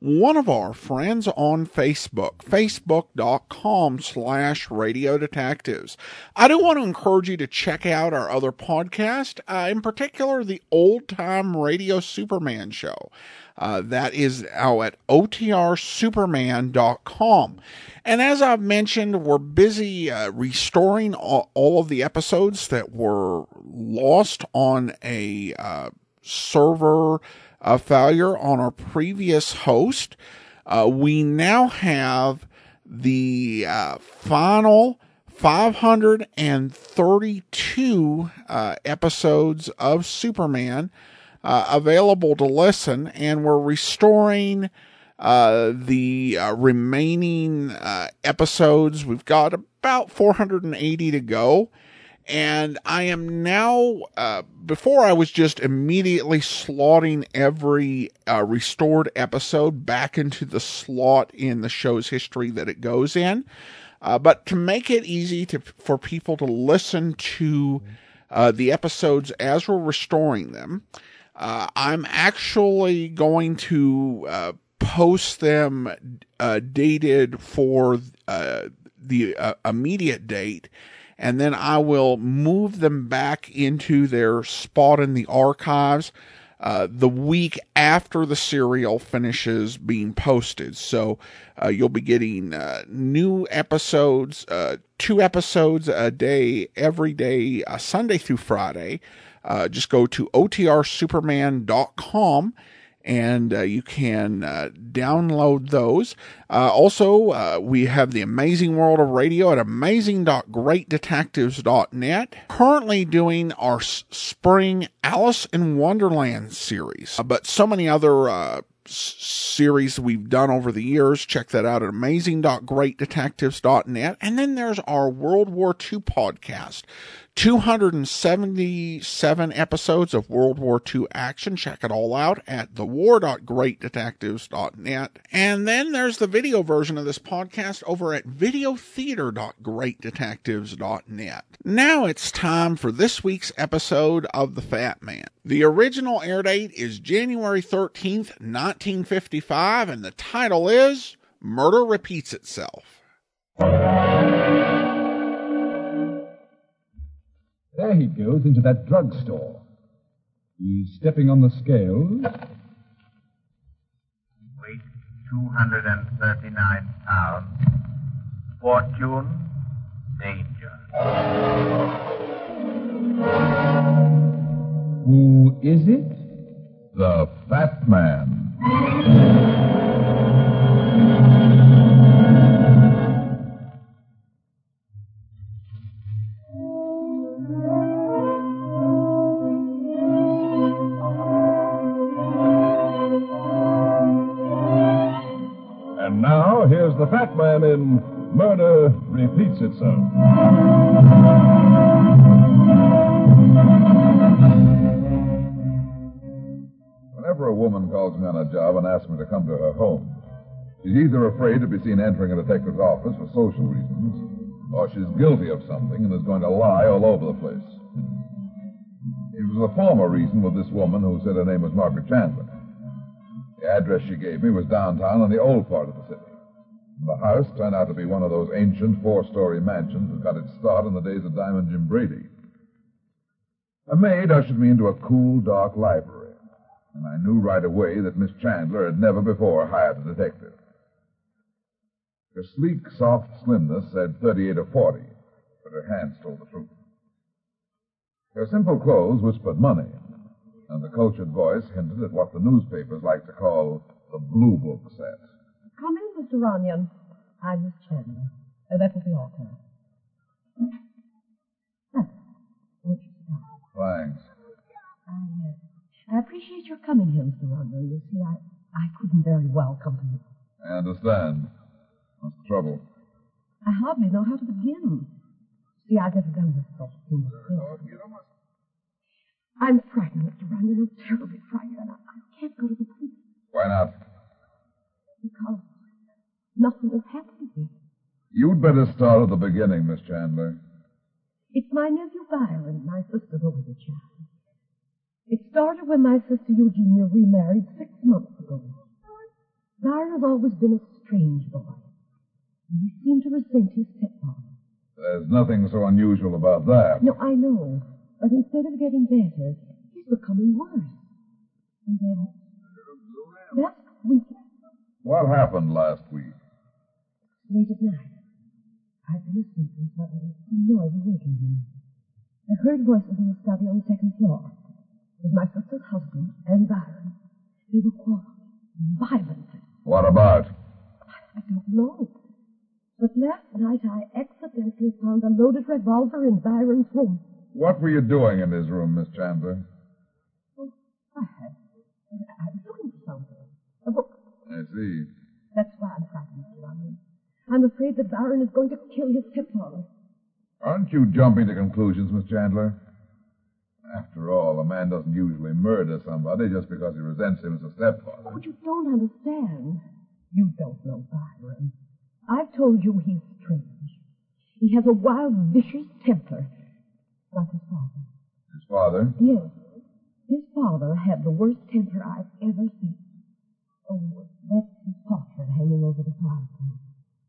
one of our friends on Facebook, facebook.com slash radio detectives. I do want to encourage you to check out our other podcast, uh, in particular, the old time radio Superman show. Uh, that is now at otrsuperman.com. And as I've mentioned, we're busy uh, restoring all, all, of the episodes that were lost on a uh, server a failure on our previous host. Uh, we now have the uh, final 532 uh, episodes of Superman uh, available to listen, and we're restoring Uh, the remaining uh, episodes. We've got about 480 to go and I am now, uh, before I was just immediately slotting every uh, restored episode back into the slot in the show's history that it goes in. Uh, but to make it easy to, for people to listen to uh, the episodes as we're restoring them, Uh, I'm actually going to uh, post them uh, dated for uh, the immediate date and then I will move them back into their spot in the archives uh, the week after the serial finishes being posted. So uh, you'll be getting uh, new episodes, uh, two episodes a day, every day, uh, Sunday through Friday. Uh, just go to otrsuperman.com and uh, you can uh, download those. Uh, also, we have the Amazing World of Radio at amazing.greatdetectives.net. Currently doing our spring Alice in Wonderland series, Uh, but so many other uh, series we've done over the years. Check that out at amazing.greatdetectives.net. And then there's our World War II podcast. 277 episodes of World War II action. Check it all out at thewar.greatdetectives.net. And then there's the video version of this podcast over at videotheater.greatdetectives.net. Now it's time for this week's episode of The Fat Man. The original air date is January 13th, 1955, and the title is Murder Repeats Itself. There he goes into that drugstore. He's stepping on the scales. Weight 239 pounds. Fortune, danger. Who is it? The Fat Man. the fat man in Murder Repeats Itself. Whenever a woman calls me on a job and asks me to come to her home, she's either afraid to be seen entering a detective's office for social reasons, or she's guilty of something and is going to lie all over the place. It was the former reason with this woman who said her name was Margaret Chandler. The address she gave me was downtown in the old part of the city. The house turned out to be one of those ancient four story mansions that got its start in the days of Diamond Jim Brady. A maid ushered me into a cool, dark library, and I knew right away that Miss Chandler had never before hired a detective. Her sleek, soft slimness said 38 or 40, but her hands told the truth. Her simple clothes whispered money, and the cultured voice hinted at what the newspapers like to call the Blue Book set. Come in, Mr. Runyon. I'm Miss Chandler. Uh, that will be all, Carol. Now, won't you sit down? Thanks. I, uh, I appreciate your coming here, Mr. Runyon. You see, I, I couldn't very well come to you. I understand. What's the trouble? I hardly know how to begin. See, I've never done this sort of thing before. I'm frightened, Mr. Runyon. I'm terribly frightened, and I, I can't go to the police Why not? because nothing has happened yet. You'd better start at the beginning, Miss Chandler. It's my nephew Byron, my sister's only child. It started when my sister Eugenia remarried six months ago. Byron has always been a strange boy. and He seemed to resent his stepfather. There's nothing so unusual about that. No, I know, but instead of getting better, he's becoming worse. And then last week, What happened last week? late at night, I've been asleep and suddenly a noise awakened me. I heard voices in the study on the second floor. It was my sister's husband and Byron. They were quarreling violently. What about? I don't know. But last night I accidentally found a loaded revolver in Byron's room. What were you doing in his room, Miss Chandler? Oh, I had. I was looking for something. A book. I see. That's why I'm frightened, Mr. Runyon. I'm afraid that Byron is going to kill his stepfather. Aren't you jumping to conclusions, Miss Chandler? After all, a man doesn't usually murder somebody just because he resents him as a stepfather. But you don't understand. You don't know Byron. I've told you he's strange. He has a wild, vicious temper. Like his father. His father? Yes. His father had the worst temper I've ever seen. Oh, that's his portrait hanging over the fireplace.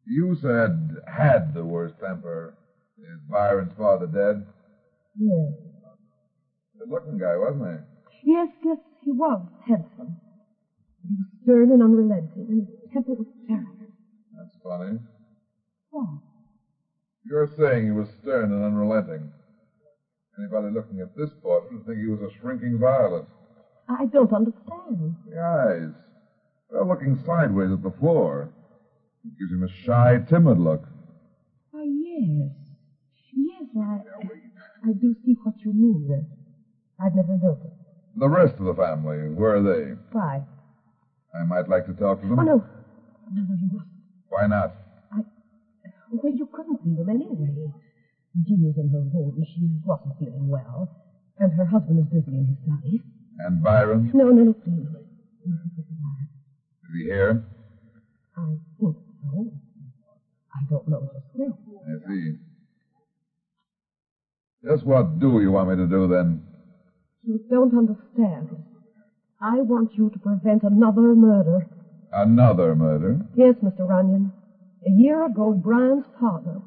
You said had the worst temper. Is Byron's father dead? Yes. Good looking guy, wasn't Yes, yes, he was handsome. He was stern and unrelenting, and his temper was terrible. Oh, he? That's funny. Why? You're saying he was stern and unrelenting. Anybody looking at this portrait would think he was a shrinking violet. I don't understand. The eyes. They're looking sideways at the floor. It gives him a shy, timid look. Why, Ah, yes. Yes, I, I do see what you mean. I've never noticed. The rest of the family, where are they? Why? I might like to talk to Oh, them. no. No, no, you mustn't. Why not? I. Well, you couldn't see them anyway. Jean is in her room. She wasn't feeling well. And her husband is busy in his study. And Byron? No, no, no, please. Is he here? I think so. I don't know just where. I see. Just what do you want me to do then? You don't understand. I want you to prevent another murder. Another murder? Yes, Mr. Runyon. A year ago, Brian's partner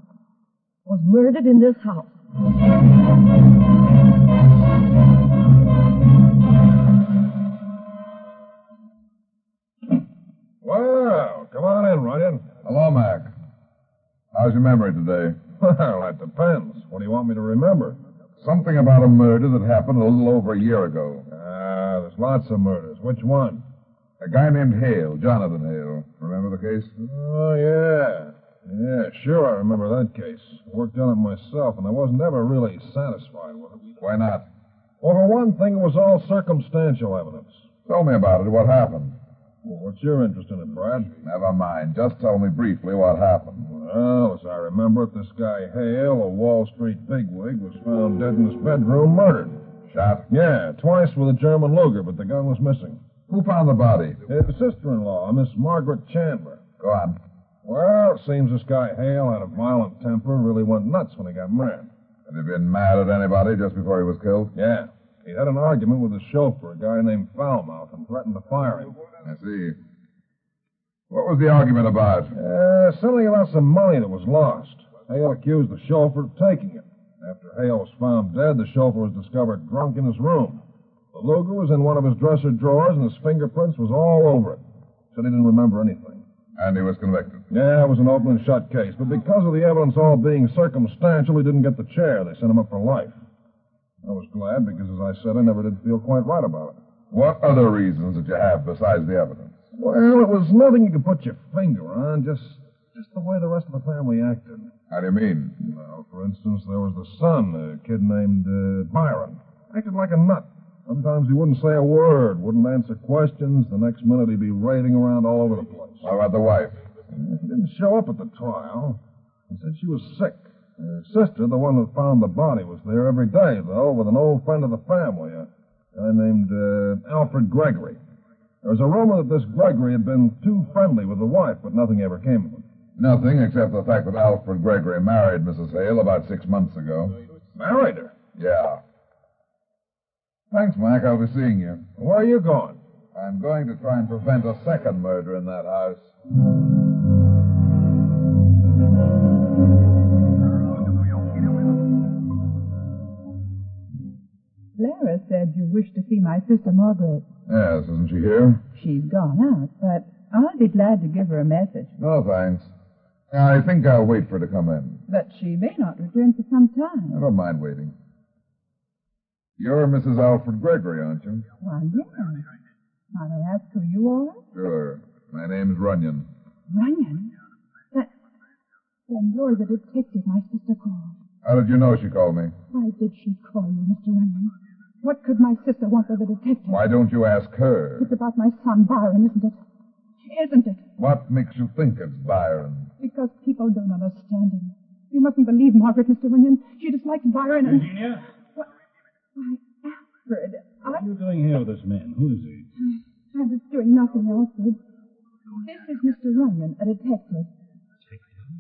was murdered in this house. Well, come on in, Runyon. Hello, Mac. How's your memory today? Well, that depends. What do you want me to remember? Something about a murder that happened a little over a year ago. Ah, there's lots of murders. Which one? A guy named Hale, Jonathan Hale. Remember the case? Oh, yeah. Yeah, sure, I remember that case. I worked on it myself, and I wasn't ever really satisfied with it. Why not? Well, for one thing, it was all circumstantial evidence. Tell me about it. What happened? Well, what's your interest in it, Brad? Never mind. Just tell me briefly what happened. Well, as I remember it, this guy Hale, a Wall Street bigwig, was found dead in his bedroom, murdered. Shot. Yeah, twice with a German Luger, but the gun was missing. Who found the body? His sister-in-law, Miss Margaret Chandler. Go on. Well, it seems this guy Hale had a violent temper, really went nuts when he got mad. Had he been mad at anybody just before he was killed? Yeah. He had an argument with a chauffeur, a guy named Foulmouth, and threatened to fire him. I see. What was the argument about? Uh, something about some money that was lost. Hale accused the chauffeur of taking it. After Hale was found dead, the chauffeur was discovered drunk in his room. The Luger was in one of his dresser drawers, and his fingerprints was all over it. Said he didn't remember anything. And he was convicted. Yeah, it was an open and shut case, but because of the evidence all being circumstantial, he didn't get the chair. They sent him up for life. I was glad because, as I said, I never did feel quite right about it. What other reasons did you have besides the evidence? Well, it was nothing you could put your finger on, just just the way the rest of the family acted. How do you mean? Well, for instance, there was the son, a kid named uh, Byron. Acted like a nut. Sometimes he wouldn't say a word, wouldn't answer questions. The next minute he'd be raiding around all over the place. How about the wife? She didn't show up at the trial. He said she was sick. Her sister, the one that found the body, was there every day, though, with an old friend of the family, a guy named uh, Alfred Gregory. There was a rumor that this Gregory had been too friendly with the wife, but nothing ever came of it. Nothing except the fact that Alfred Gregory married Mrs. Hale about six months ago. Married her. Yeah. Thanks, Mike. I'll be seeing you. Where are you going? I'm going to try and prevent a second murder in that house. Clara said you wished to see my sister Margaret. Yes, isn't she here? She's gone out, but I'll be glad to give her a message. No, thanks. I think I'll wait for her to come in. But she may not return for some time. I don't mind waiting. You're Mrs. Alfred Gregory, aren't you? Why, yes. Might I ask who you are? Sure. My name's Runyon. Runyon? But then you're the detective my sister called. How did you know she called me? Why did she call you, Mr. Runyon? What could my sister want with a detective? Why don't you ask her? It's about my son Byron, isn't it? Isn't it? What makes you think it's Byron? Because people don't understand him. You mustn't believe Margaret, Mr. Runyon. She dislikes Byron and... Virginia? What? Why, Alfred, I... What are you doing here with this man? Who is he? I was doing nothing, Alfred. This is Mr. Runyon, a detective. Detective?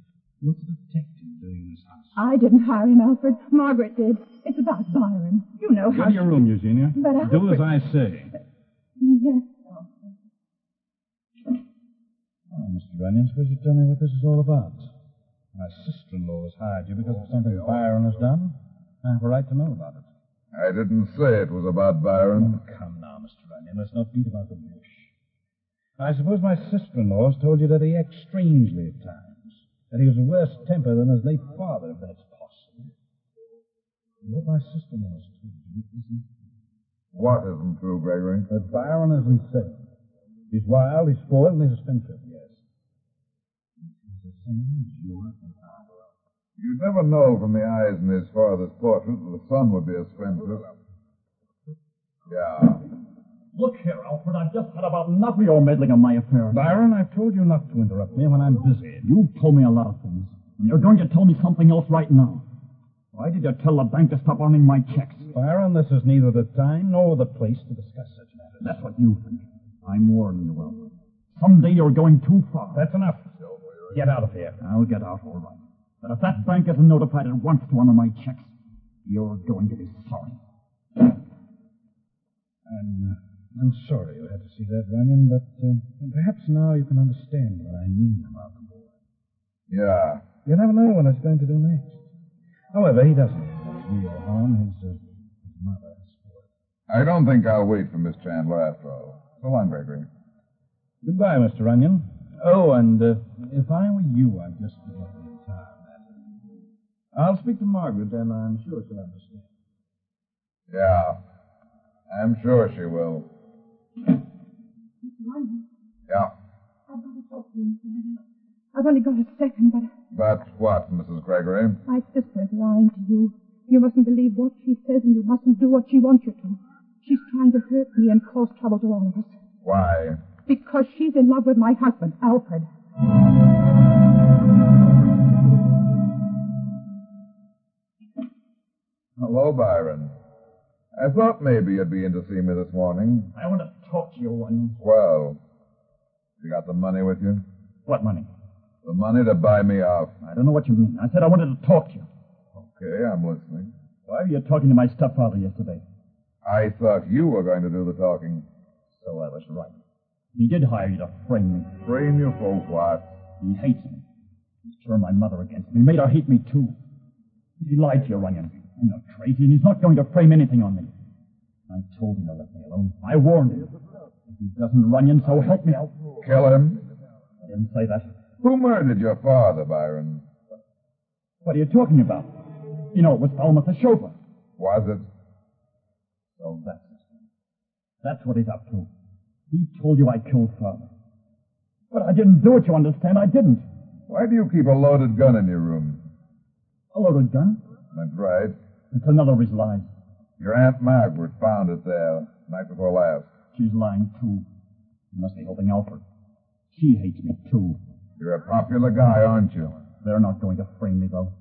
What's a detective doing in this house? I didn't hire him, Alfred. Margaret did. It's about Byron. You know Go how... to your room, Eugenia. But Alfred- Do as I say. Yes, Oh, Mr. Runyon, suppose you tell me what this is all about. My sister-in-law has hired you because of something Byron has done. I have a right to know about it. I didn't say it was about Byron. Oh, come now, Mr. Runyon. Let's not beat about the bush. I suppose my sister-in-law has told you that he acts strangely at times, that he was worse tempered than his late father, if that's possible. And What my sister-in-law has told you isn't What isn't true, Gregory? that Byron is insane. He's wild, he's spoiled, and he's a spendthrift, yes. He's the same as you and I. You'd never know from the eyes in his father's portrait that the son would be a spendthrift. Yeah. Look here, Alfred, I've just had about enough of your meddling in my affairs. Byron, I've told you not to interrupt me when I'm busy. You've told me a lot of things, and you're going to tell me something else right now. Why did you tell the bank to stop earning my checks? Byron, this is neither the time nor the place to discuss such matters. That's what you think. I'm warning you, Alfred. Someday you're going too far. That's enough. Get out of here. I'll get out all right. But if that bank isn't notified at once to honor my checks, you're going to be sorry. I'm, uh, I'm sorry you had to see that, Runyon, but uh, perhaps now you can understand what I mean about the boy. Yeah. You never know what it's going to do next. However, he doesn't mean real harm. His, uh, his mother has spoiled. him. I don't think I'll wait for Miss Chandler after all. So long, Gregory. Goodbye, Mr. Runyon. Oh, and uh, if I were you, I'd just forget the entire matter. I'll speak to Margaret, and I'm sure she'll understand. Yeah. I'm sure she will. Mr. Runyon, Yeah. I've got to talk to you for a minute. I've only got a second, but That's what, Mrs. Gregory? my sister is lying to you. You mustn't believe what she says, and you mustn't do what she wants you to. She's trying to hurt me and cause trouble to all of us. Why? Because she's in love with my husband, Alfred. Hello, Byron. I thought maybe you'd be in to see me this morning. I want to talk to you, Runyon. Well, you got the money with you? What money? The money to buy me off. I don't know what you mean. I said I wanted to talk to you. Okay, I'm listening. Why were you talking to my stepfather yesterday? I thought you were going to do the talking. So I was right. He did hire you to frame me. Frame you for what? He hates me. He's turned my mother against me, made her hate me too. He lied to you, Runyon. I'm not crazy, and he's not going to frame anything on me. I told him to let me alone. I warned him. If he doesn't, Runyon, so help me out. Kill him? I didn't say that. Who murdered your father, Byron? What are you talking about? You know, it was Falmouth the chauffeur. Was it? So that's it. That's what he's up to. He told you I killed father. But I didn't do it, you understand? I didn't. Why do you keep a loaded gun in your room? A loaded gun? That's right. It's another of his lies. Your Aunt Margaret found it there night before last. She's lying too. You must be helping Alfred. She hates me too. You're a popular guy, aren't you? They're not going to frame me though.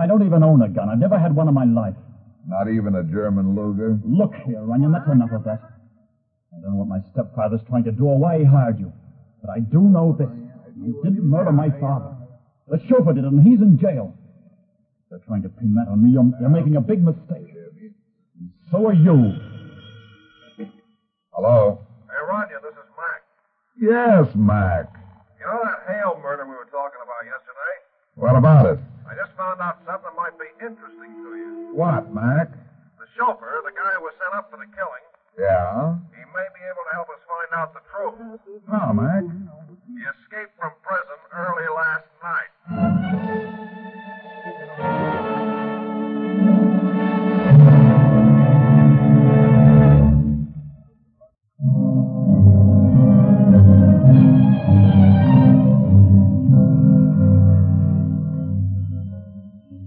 I don't even own a gun. I've never had one in my life. Not even a German Luger? Look here, Runyon, that's enough of that. I don't know what my stepfather's trying to do or why he hired you. But I do know this. You didn't murder my father. The chauffeur did it, and he's in jail. If they're trying to pin that on me. You're, you're making a big mistake. And so are you. Hello? Hey, Roger, this is Mac. Yes, Mac. You know that Hale murder we were talking about yesterday? What about it? I just found out something that might be interesting to you. What, Mac? The chauffeur, the guy who was set up for the killing, Yeah? he may be able to help us find out the truth. How, Mac? He escaped from prison early last night.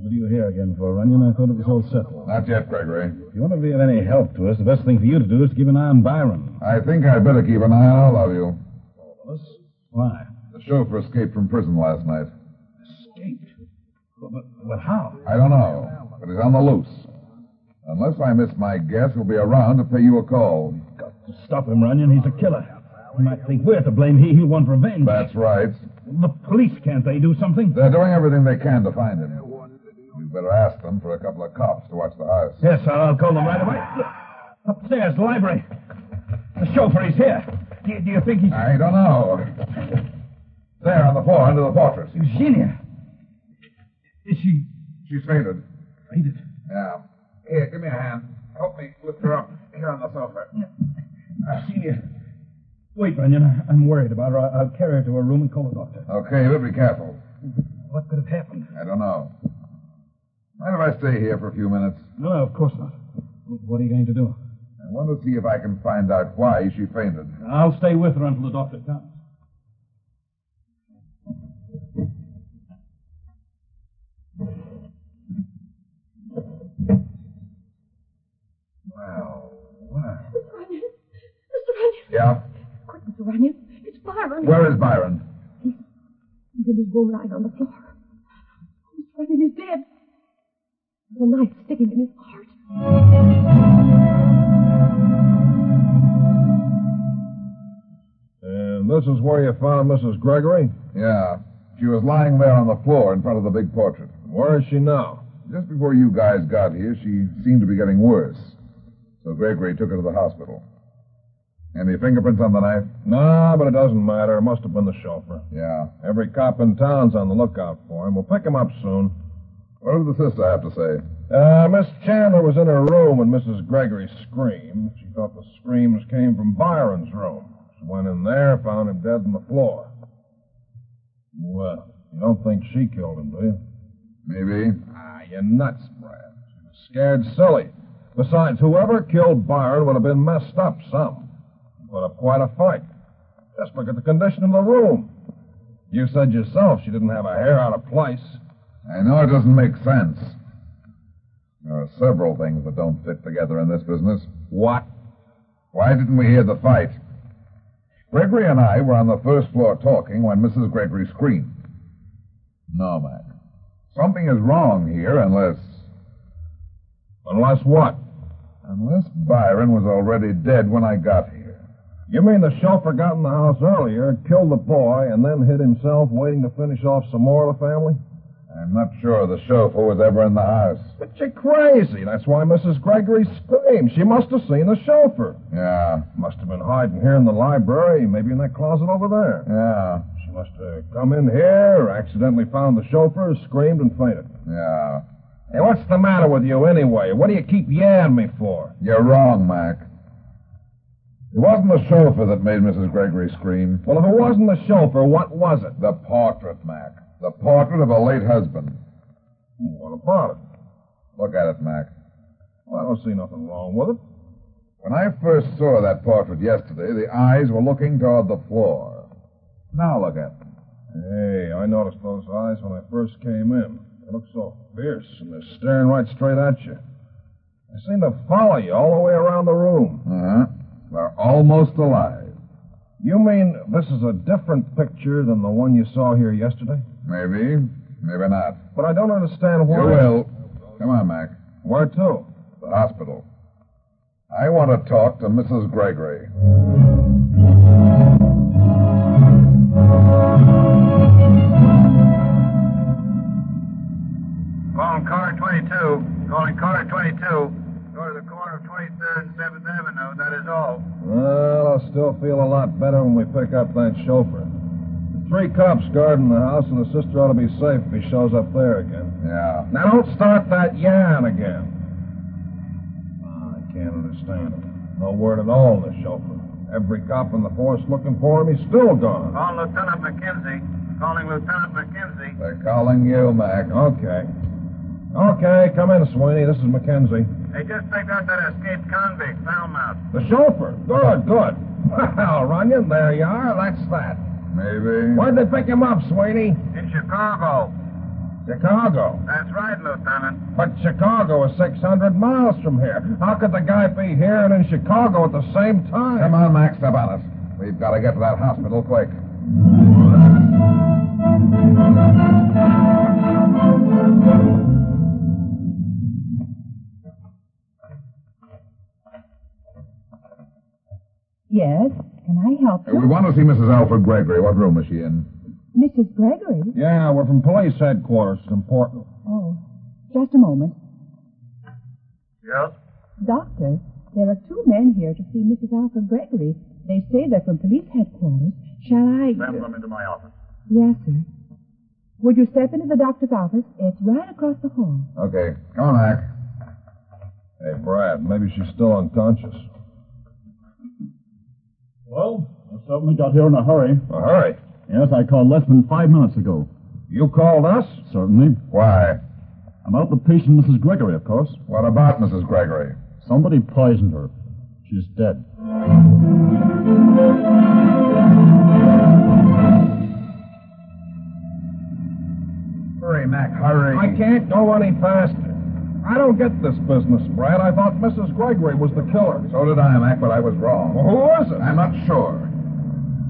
What are you here again for, Runyon? I thought it was all settled. Not yet, Gregory. If you want to be of any help to us, the best thing for you to do is to keep an eye on Byron. I think I'd better keep an eye on all of you. Us? Why? The chauffeur escaped from prison last night. Escaped. But, but, but how? I don't know, but he's on the loose. Unless I miss my guess, he'll be around to pay you a call. Stop him, Runyon. He's a killer. You might think we're to blame. He, he'll want revenge. That's right. The police, can't they do something? They're doing everything they can to find him. You'd better ask them for a couple of cops to watch the house. Yes, sir. I'll call them right away. Look, upstairs, library. The chauffeur is here. Do you, do you think he's... I don't know. There on the floor under the portrait. Eugenia. Is she She's fainted. fainted? Yeah. Here, give me a hand. Help me lift her up here on the sofa. Eugenia. Wait, Runyon. I- I'm worried about her. I- I'll carry her to her room and call the doctor. Okay, but be careful. What could have happened? I don't know. Mind if I stay here for a few minutes? No, no, of course not. What are you going to do? I want to see if I can find out why she fainted. I'll stay with her until the doctor comes. Wow. wow. Mr. Runyon. Mr. Runyon. Yeah? Quick, Mr. Runyon. It's Byron. Where is Byron? He's in his room lying on the floor. Mr. Runyon is dead. The knife sticking in his heart. And this is where you found Mrs. Gregory? Yeah. She was lying there on the floor in front of the big portrait. Where is she now? Just before you guys got here, she seemed to be getting worse. So Gregory took her to the hospital. Any fingerprints on the knife? Nah, but it doesn't matter. It must have been the chauffeur. Yeah. Every cop in town's on the lookout for him. We'll pick him up soon. What did the sister have to say? Uh, Miss Chandler was in her room when Mrs. Gregory screamed. She thought the screams came from Byron's room. She went in there, found him dead on the floor. Well, you don't think she killed him, do you? Maybe. Ah, you're nuts, Brad. She was scared silly. Besides, whoever killed Byron would have been messed up some. Put up quite a fight. Just look at the condition of the room. You said yourself she didn't have a hair out of place. I know it doesn't make sense. There are several things that don't fit together in this business. What? Why didn't we hear the fight? Gregory and I were on the first floor talking when Mrs. Gregory screamed. No, Mac. Something is wrong here unless. Unless what? Unless Byron was already dead when I got here. You mean the chauffeur got in the house earlier, killed the boy, and then hid himself waiting to finish off some more of the family? I'm not sure the chauffeur was ever in the house. But you're crazy. That's why Mrs. Gregory screamed. She must have seen the chauffeur. Yeah, Must have been hiding here in the library, maybe in that closet over there. yeah, She must have come in here, accidentally found the chauffeur, screamed, and fainted. yeah. Hey, what's the matter with you anyway? What do you keep yelling me for? You're wrong, Mac. It wasn't the chauffeur that made Mrs. Gregory scream. Well, if it wasn't the chauffeur, what was it? The portrait, Mac. The portrait of a late husband. Hmm, What about it? Look at it, Mac. Well, I don't see nothing wrong with it. When I first saw that portrait yesterday, the eyes were looking toward the floor. Now look at them. Hey, I noticed those eyes when I first came in. They look so fierce, and they're staring right straight at you. They seem to follow you all the way around the room. Uh-huh. They're almost alive. You mean this is a different picture than the one you saw here yesterday? Maybe. Maybe not. But I don't understand why. You will. Come on, Mac. Where to? The hospital. I want to talk to Mrs. Gregory. Phone car 22. Calling car 22. Go to the corner of 23rd and 7th Avenue. That is all. Well, I still feel a lot better when we pick up that chauffeur. The Three cops guarding the house, and the sister ought to be safe if he shows up there again. Yeah. Now, don't start that yarn again. I can't understand it. No word at all on the chauffeur. Every cop in the force looking for him, he's still gone. Call Lieutenant McKenzie. Calling Lieutenant McKenzie. They're calling you, Mac. Okay. Okay, come in, Sweeney. This is Mackenzie. They just picked up that escaped convict, Falmouth. The chauffeur. Good, good. Well, Runyon, there you are. That's that. Maybe. Where'd they pick him up, Sweeney? In Chicago. Chicago. That's right, Lieutenant. But Chicago is 600 miles from here. How could the guy be here and in Chicago at the same time? Come on, Max, step on us. We've got to get to that hospital quick. Yes, can I Uh, help you? We want to see Mrs. Alfred Gregory. What room is she in? Mrs. Gregory? Yeah, we're from police headquarters. It's important. Oh, just a moment. Yes? Doctor, there are two men here to see Mrs. Alfred Gregory. They say they're from police headquarters. Shall I? Send them into my office. Yes, sir. Would you step into the doctor's office? It's right across the hall. Okay. Come on, Mac. Hey, Brad, maybe she's still unconscious. Well, I certainly got here in a hurry. A hurry? Yes, I called less than five minutes ago. You called us? Certainly. Why? About the patient, Mrs. Gregory, of course. What about Mrs. Gregory? Somebody poisoned her. She's dead. Hurry, Mac, hurry. I can't go any faster. I don't get this business, Brad. I thought Mrs. Gregory was the killer. So did I, Mac, but I was wrong. Well, who was it? I'm not sure.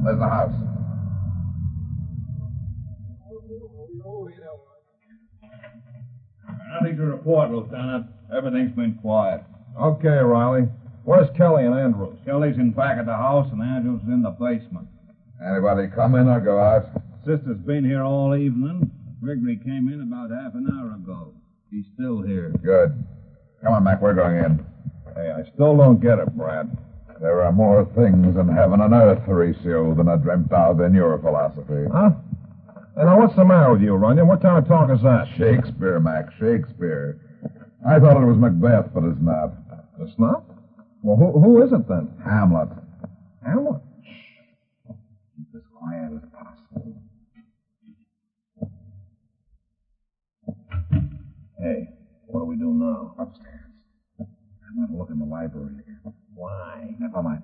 There's the house. Nothing to report, Lieutenant. Everything's been quiet. Okay, Riley. Where's Kelly and Andrews? Kelly's in back of the house, and Andrews is in the basement. Anybody come in or go out? Sister's been here all evening. Gregory came in about half an hour ago. He's still here. Good. Come on, Mac, we're going in. Hey, I still don't get it, Brad. There are more things in heaven and earth, Horatio, than are dreamt of in your philosophy. Huh? Hey, now, what's the matter with you, Runyon? What kind of talk is that? Shakespeare, Mac, Shakespeare. I thought it was Macbeth, but it's not. It's not? Well, who, who is it then? Hamlet. Hamlet? Shh. Keep as quiet as possible. Hey, what do we do now? Upstairs. I'm going to look in the library again. Why? Never mind.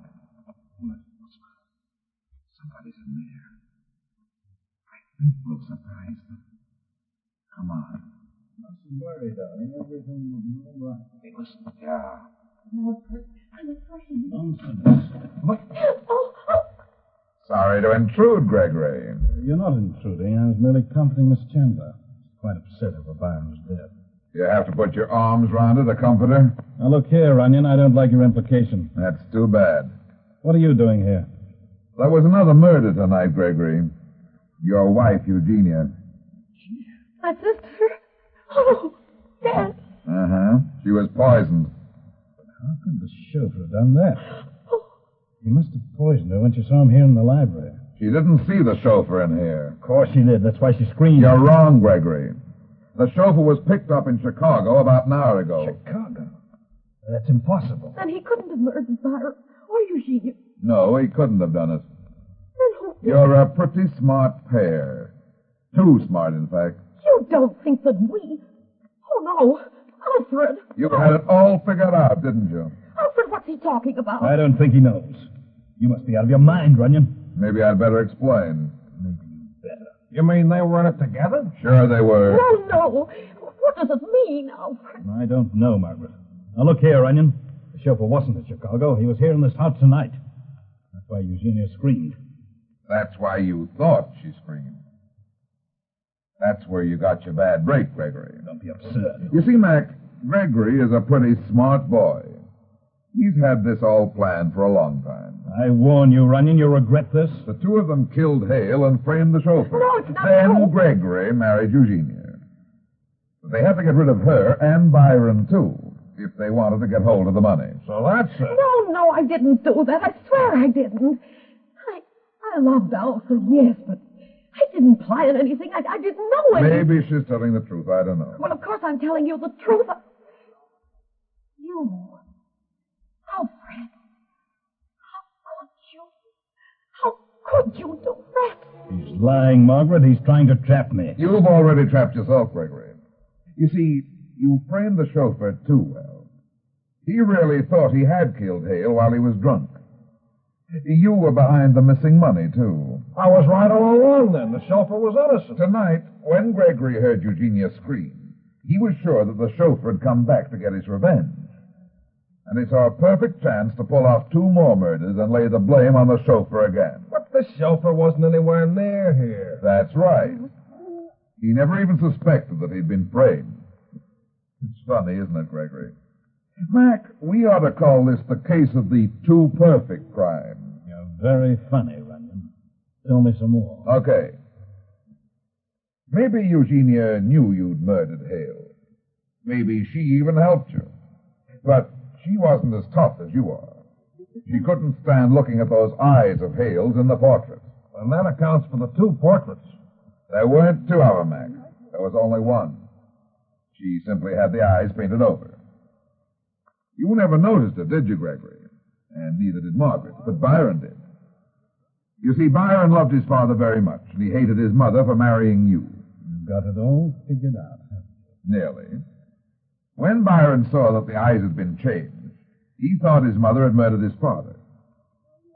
Somebody's in there. I think we'll surprise them. Come on. Nothing worry, darling. Everything will be all right. Hey, listen. Yeah. No, I'm afraid. Nonsense. What? Oh, Sorry to intrude, Gregory. You're not intruding. I was merely comforting Miss Chandler. She's quite upset over Byron's death. You have to put your arms round her to comfort her? Now, look here, Runyon. I don't like your implication. That's too bad. What are you doing here? There was another murder tonight, Gregory. Your wife, Eugenia. My sister? Oh, Dad. Uh Uh-huh. huh. She was poisoned. How could the chauffeur have done that? He must have poisoned her when she saw him here in the library. She didn't see the chauffeur in here. Of course she did. That's why she screamed. You're wrong, Gregory. The chauffeur was picked up in Chicago about an hour ago. Chicago? That's impossible. Then he couldn't have murdered oh, Byron or Eugenia. No, he couldn't have done it. Then who did? You're a pretty smart pair. Too smart, in fact. You don't think that we. Oh, no. Alfred. You had it all figured out, didn't you? Alfred, what's he talking about? I don't think he knows. You must be out of your mind, Runyon. Maybe I'd better explain. Maybe you better. You mean they were in it together? Sure they were. No, no. What does it mean, Alfred? I don't know, Margaret. Now, look here, Runyon. The chauffeur wasn't in Chicago. He was here in this house tonight. That's why Eugenia screamed. That's why you thought she screamed. That's where you got your bad break, Gregory. Don't be absurd. You see, Mac, Gregory is a pretty smart boy. He's had this all planned for a long time. I warn you, Runyon, you'll regret this. The two of them killed Hale and framed the chauffeur. No, it's not Then true. Gregory married Eugenia. But they had to get rid of her and Byron, too, if they wanted to get hold of the money. So that's it. No, no, I didn't do that. I swear I didn't. I I loved Alfred, yes, but I didn't plan anything. I, I didn't know anything. Maybe she's telling the truth. I don't know. Well, of course I'm telling you the truth. I- You, Alfred, how could you? How could you do that? He's lying, Margaret. He's trying to trap me. You've already trapped yourself, Gregory. You see, you framed the chauffeur too well. He really thought he had killed Hale while he was drunk. You were behind the missing money, too. I was right all along then. The chauffeur was innocent. Tonight, when Gregory heard Eugenia scream, he was sure that the chauffeur had come back to get his revenge. And he saw a perfect chance to pull off two more murders and lay the blame on the chauffeur again. But the chauffeur wasn't anywhere near here. That's right. He never even suspected that he'd been framed. It's funny, isn't it, Gregory? Mac, we ought to call this the case of the too perfect crime. You're very funny, Runyon. Tell me some more. Okay. Maybe Eugenia knew you'd murdered Hale. Maybe she even helped you. But she wasn't as tough as you are. She couldn't stand looking at those eyes of Hale's in the portrait. And that accounts for the two portraits. There weren't two of them, Mac. There was only one. She simply had the eyes painted over. You never noticed it, did you, Gregory? And neither did Margaret, but Byron did. You see, Byron loved his father very much, and he hated his mother for marrying you. You've got it all figured out. Nearly. When Byron saw that the eyes had been changed, he thought his mother had murdered his father.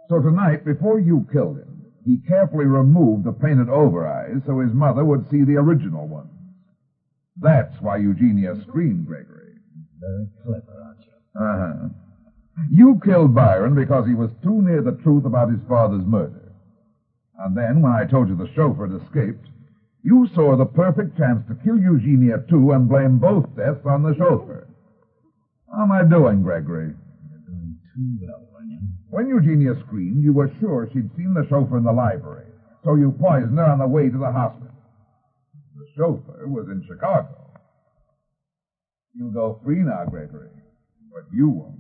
So tonight, before you killed him, he carefully removed the painted over eyes so his mother would see the original ones. That's why Eugenia screamed, Gregory. Very clever, aren't you? Uh huh. You killed Byron because he was too near the truth about his father's murder. And then, when I told you the chauffeur had escaped, you saw the perfect chance to kill Eugenia, too, and blame both deaths on the chauffeur. How am I doing, Gregory? You're doing too well, Runyon. When Eugenia screamed, you were sure she'd seen the chauffeur in the library, so you poisoned her on the way to the hospital. The chauffeur was in Chicago. You go free now, Gregory, but you won't.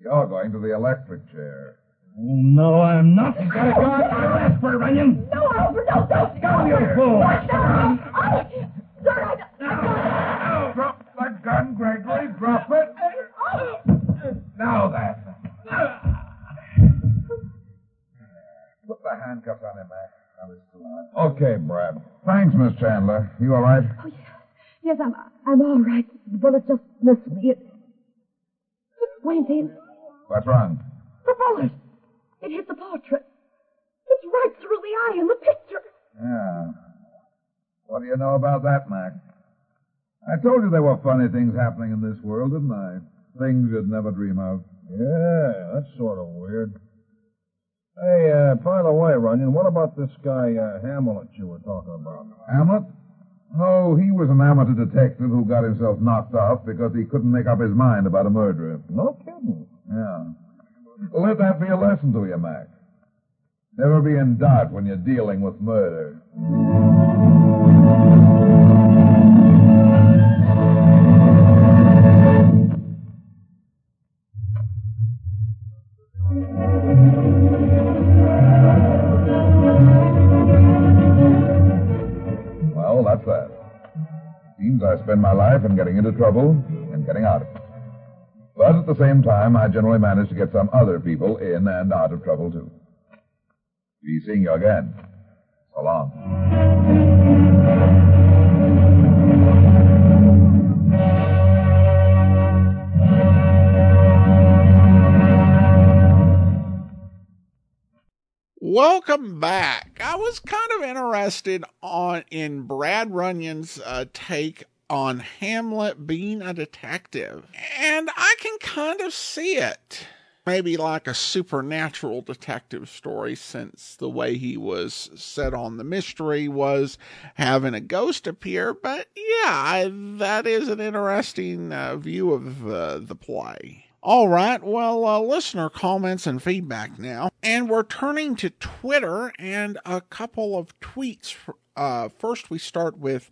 You're going to the electric chair. Oh, no, I'm not. You gotta go out my last for Runyon. No, Alfred, no, don't Go, you fool. What? No, no, I, Sir, I, I, Drop the gun, Gregory. Drop it. Now that. Put the handcuffs on him, Mac. That was too hard. Okay, Brad. Thanks, Miss Chandler. You all right? Oh, yes. Yes, I'm, I'm all right. The bullet just missed me. It, it went in. What's wrong? The bullet. It hit the portrait. It's right through the eye in the picture. Yeah. What do you know about that, Mac? I told you there were funny things happening in this world, didn't I? Things you'd never dream of. Yeah, that's sort of weird. Hey, uh, by the way, Runyon, what about this guy, uh, Hamlet you were talking about? Hamlet? Oh, he was an amateur detective who got himself knocked off because he couldn't make up his mind about a murderer. No kidding. Yeah. Let that be a lesson to you, Mac. Never be in doubt when you're dealing with murder. Well, that's that. Seems I spend my life in getting into trouble and getting out of it. But at the same time, I generally manage to get some other people in and out of trouble, too. Be seeing you again. So long. Welcome back. I was kind of interested on in Brad Runyon's uh, take on Hamlet being a detective, and I can kind of see it. maybe like a supernatural detective story since the way he was set on the mystery was having a ghost appear. But yeah, I, that is an interesting uh, view of uh, the play. All right, well, uh, listener comments and feedback now. And we're turning to Twitter and a couple of tweets. uh, first, we start with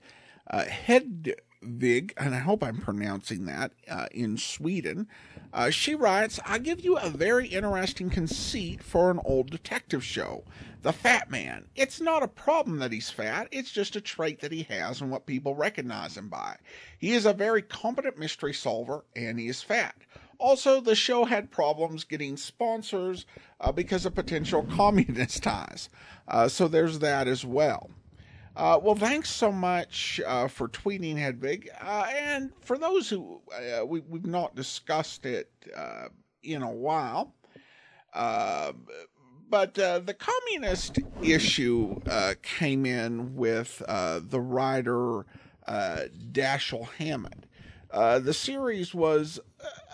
Head Vig, and I hope I'm pronouncing that, uh, in Sweden. Uh, she writes, I give you a very interesting conceit for an old detective show. The fat man. It's not a problem that he's fat, it's just a trait that he has and what people recognize him by. He is a very competent mystery solver, and he is fat. Also, the show had problems getting sponsors uh, because of potential communist ties. Uh, so there's that as well. Uh, well, thanks so much uh, for tweeting, Hedvig. Uh, and for those who uh, we, have not discussed it uh, in a while, Um, but uh, the communist issue uh, came in with uh, the writer uh, Dashiell Hammett. the series was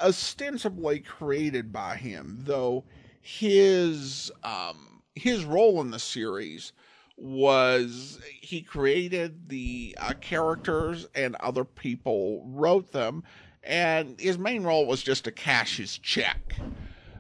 ostensibly created by him, though his um, his role in the series was he created the uh, characters and other people wrote them, and his main role was just to cash his check.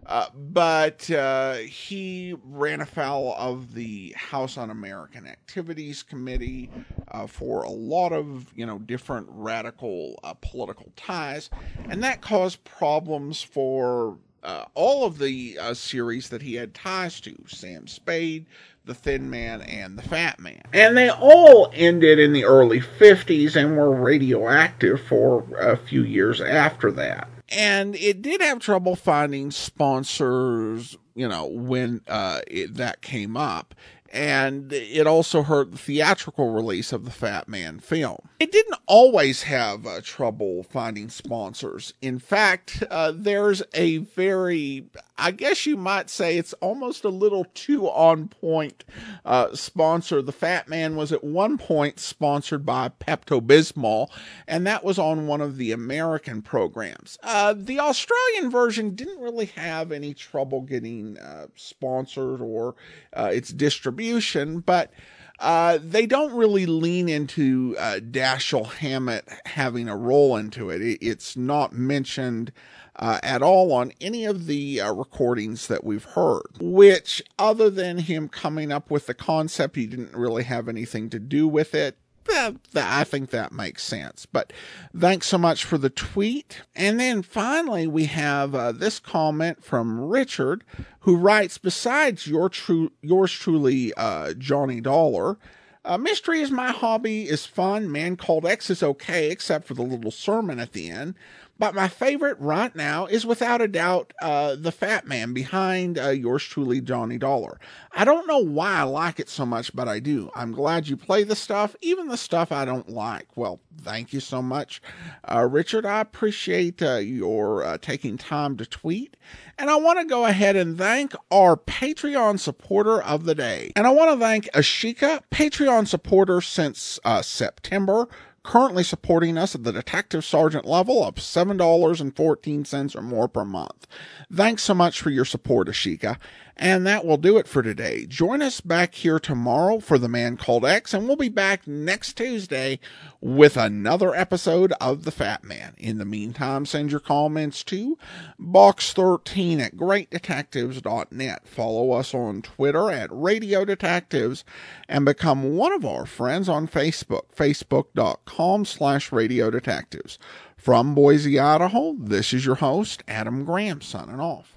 Uh, but uh, he ran afoul of the House on American Activities Committee uh, for a lot of you know different radical uh, political ties, and that caused problems for uh, all of the uh, series that he had ties to Sam Spade, The Thin Man, and The Fat Man. And they all ended in the early 50s and were radioactive for a few years after that. And it did have trouble finding sponsors, you know, when uh, it, that came up. And it also hurt the theatrical release of the Fat Man film. It didn't always have uh, trouble finding sponsors. In fact, uh, there's a very, I guess you might say it's almost a little too on point uh, sponsor. The Fat Man was at one point sponsored by Pepto Bismol, and that was on one of the American programs. Uh, the Australian version didn't really have any trouble getting uh, sponsored or uh, its distribution, but. Uh, they don't really lean into uh, Dashiell Hammett having a role into it. it it's not mentioned uh, at all on any of the uh, recordings that we've heard, which, other than him coming up with the concept, he didn't really have anything to do with it. I think that makes sense. But thanks so much for the tweet. And then finally, we have uh, this comment from Richard, who writes Besides your true, yours truly, uh, Johnny Dollar, uh, mystery is my hobby, is fun. Man Called X is okay, except for the little sermon at the end. But my favorite right now is without a doubt uh, The Fat Man behind uh, yours truly, Johnny Dollar. I don't know why I like it so much, but I do. I'm glad you play the stuff, even the stuff I don't like. Well, thank you so much, uh, Richard. I appreciate uh, your taking time to tweet. And I want to go ahead and thank our Patreon supporter of the day. And I want to thank Ashika, Patreon supporter since uh, September currently supporting us at the detective sergeant level of $7.14 or more per month. Thanks so much for your support, Ashika. And that will do it for today. Join us back here tomorrow for The Man Called X, and we'll be back next Tuesday with another episode of The Fat Man. In the meantime, send your comments to box13 at greatdetectives.net. Follow us on Twitter at Radio Detectives and become one of our friends on Facebook, facebook.com slash radio detectives. From Boise, Idaho, this is your host, Adam Graham, signing off.